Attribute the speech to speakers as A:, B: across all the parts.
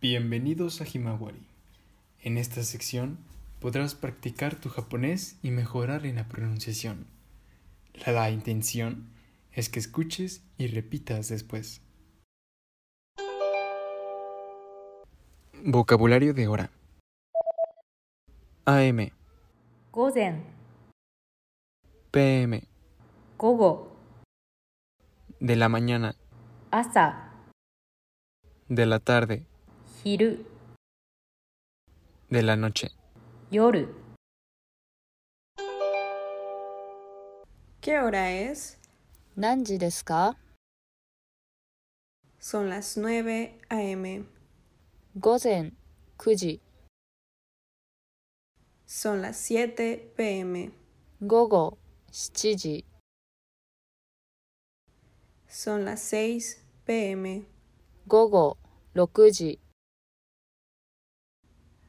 A: Bienvenidos a Himawari. En esta sección podrás practicar tu japonés y mejorar en la pronunciación. La, la intención es que escuches y repitas después. Vocabulario de hora. AM,
B: 午前
A: PM,
B: 午後
A: de la mañana,
B: 朝
A: de la tarde,
B: 昼
A: de la noche.
B: 夜
C: ¿Qué hora es?
D: 何時ですか
C: Son las 9 a.m.
D: 午前9時
C: Son las 7 p.m.
D: 午後7時
C: Son las 6 p.m.
D: 午後6時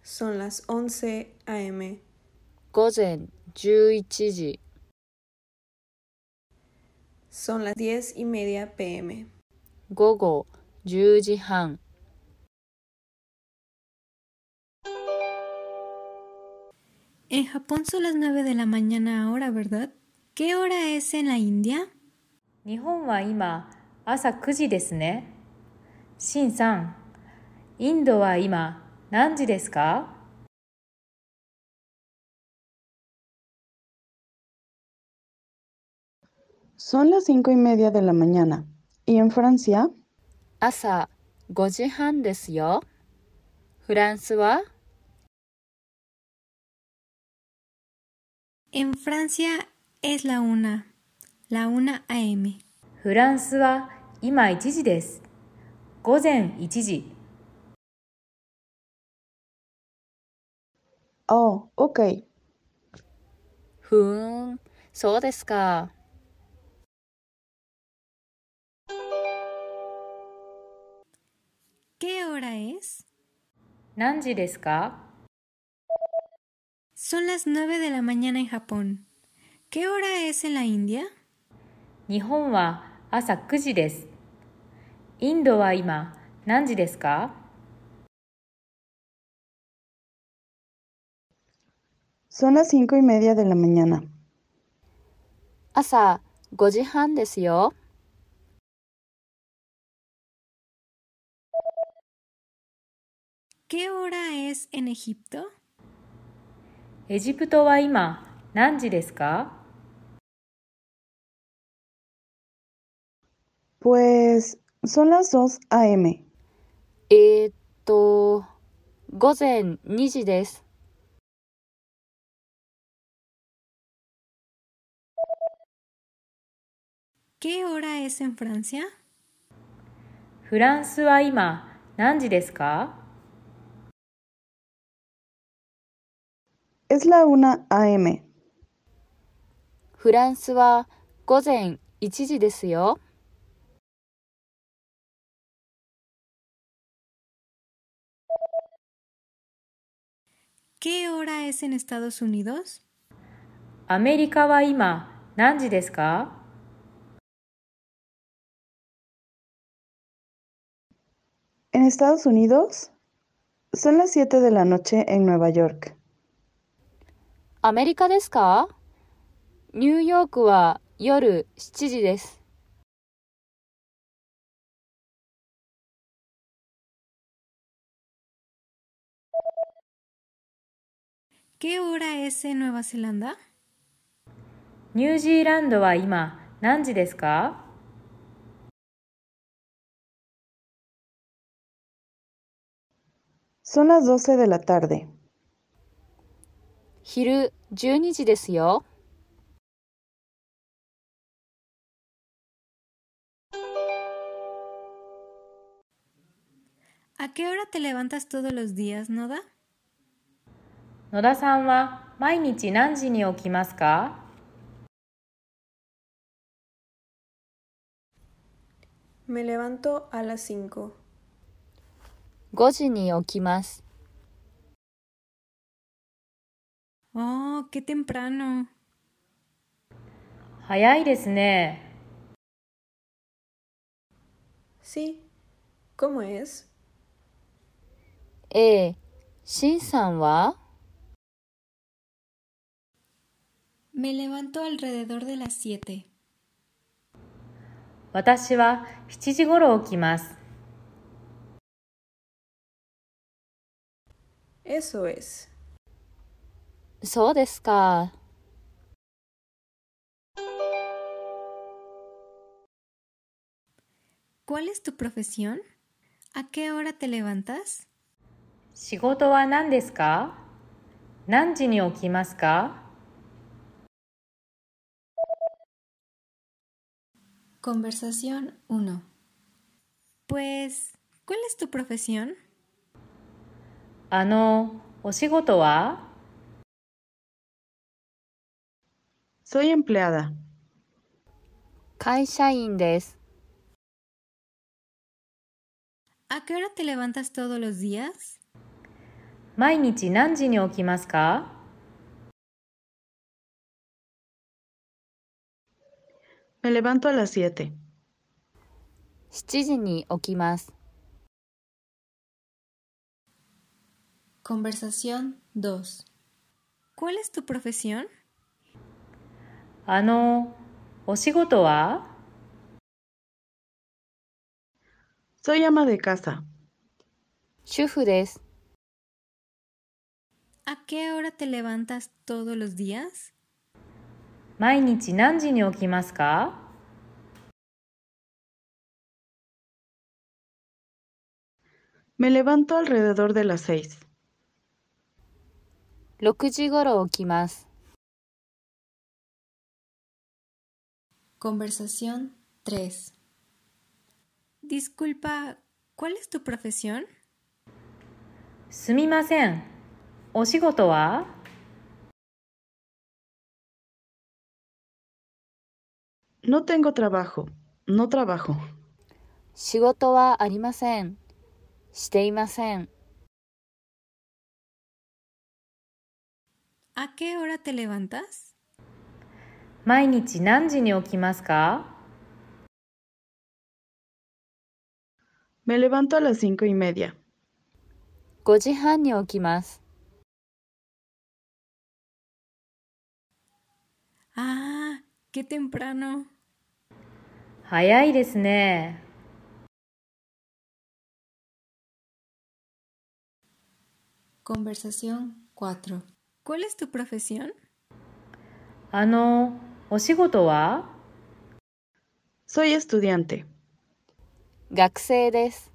C: Son las 11 a.m.
D: 午前11時
C: Son las 10 y media p.m.
D: 午後10時半
E: En Japón son las 9 de la mañana ahora, ¿verdad? ¿Qué hora es en la India?
B: 日本は今朝9時ですねしんさんインドは今何時ですか
F: Son las cinco y media de la mañana. ¿Y en Francia?
D: 朝5時半ですよフランスは
E: En Francia es la 1, la 1 AM.
B: フランスは今1時です午前1時
F: Oh, ok.
D: ふーんそうですか
E: ¿Qué hora es?
B: 何時ですか
E: Son las 9 de la mañana en Japón. ¿Qué hora es en la India?
B: 日本は朝9時ですインドは今何時ですか
F: Son las cinco y media de la mañana.
D: 朝5時半ですよ
E: ¿Qué hora es en Egipto?
B: エジプトは今何時ですか
F: Pues son las 2 a.m.
D: えー、っと午前2時です
E: ¿Qué hora es en Francia?
B: フランスは今何時ですか
F: Es la 1 a.m.
D: フランスは午前1時ですよ
E: ¿Qué hora es en Estados Unidos?
B: アメリカは今何時ですか
F: En Estados Unidos son las 7 de la noche en Nueva York.
D: アメリカですかニューヨークは夜7時です。
E: ¿Qué hora es en Nueva Zelanda?
B: ニュージーランドは今何時ですか
F: Son las 12 de la tarde.
D: 昼12時ですよ。
E: ¿A qué hora te levantas todos los días, Noda?
B: 野田さんは毎日何時に起きますか
C: Me levanto a las 5.
D: 5時に起きます。
E: Oh, qué temprano.
B: 早いですね。
C: Sí. ¿Cómo es?
D: ええ、しんさんは
E: Me levanto alrededor de las 7.
B: 私は7時頃起きます。
C: Eso es.
D: そうですか。
E: ¿Cuál es tu profesión? ¿A qué hora te levantas?
B: 仕事は何ですか何時に起きますか
E: Conversación 1. Pues, ¿cuál es tu profesión?
B: あの、お仕事は
F: Soy empleada.
D: 会社員です。
E: ¿A qué hora te levantas todos los días?
B: 毎日何時に起きますか
F: Me levanto a las 7.
D: 7時に起きます。
E: Conversación 2. ¿Cuál es tu profesión?
B: あの、お仕事は
F: Soy ama de casa.
D: 主婦です。
E: ¿A qué hora te levantas todos los días?
B: 毎日何時に起きますか
F: Me levanto alrededor de las 6.
D: 6時頃起きます。
E: Conversación 3. Disculpa, ¿cuál es tu profesión?
B: すみません。お仕事は
F: No tengo trabajo. No trabajo.
D: 仕事はありません。していません。
E: ¿A qué hora te levantas?
B: 毎日何時に起きますか
F: Me levanto a las cinco y media.
D: 5時半に起きます。
E: Ah, qué temprano.
B: 早いですね。
E: Conversación 4. ¿Cuál es tu profesión?
B: あの、お仕事は
F: Soy estudiante.
D: 学生です。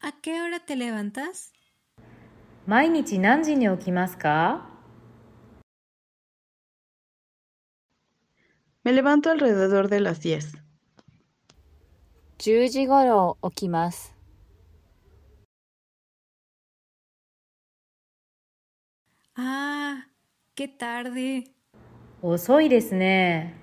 E: ¿A qué hora te levantas?
B: 毎日何時に起きますか
F: Me levanto alrededor de las 10.
D: 10時頃起きます。
E: Ah, qué tarde.
B: 遅いですね。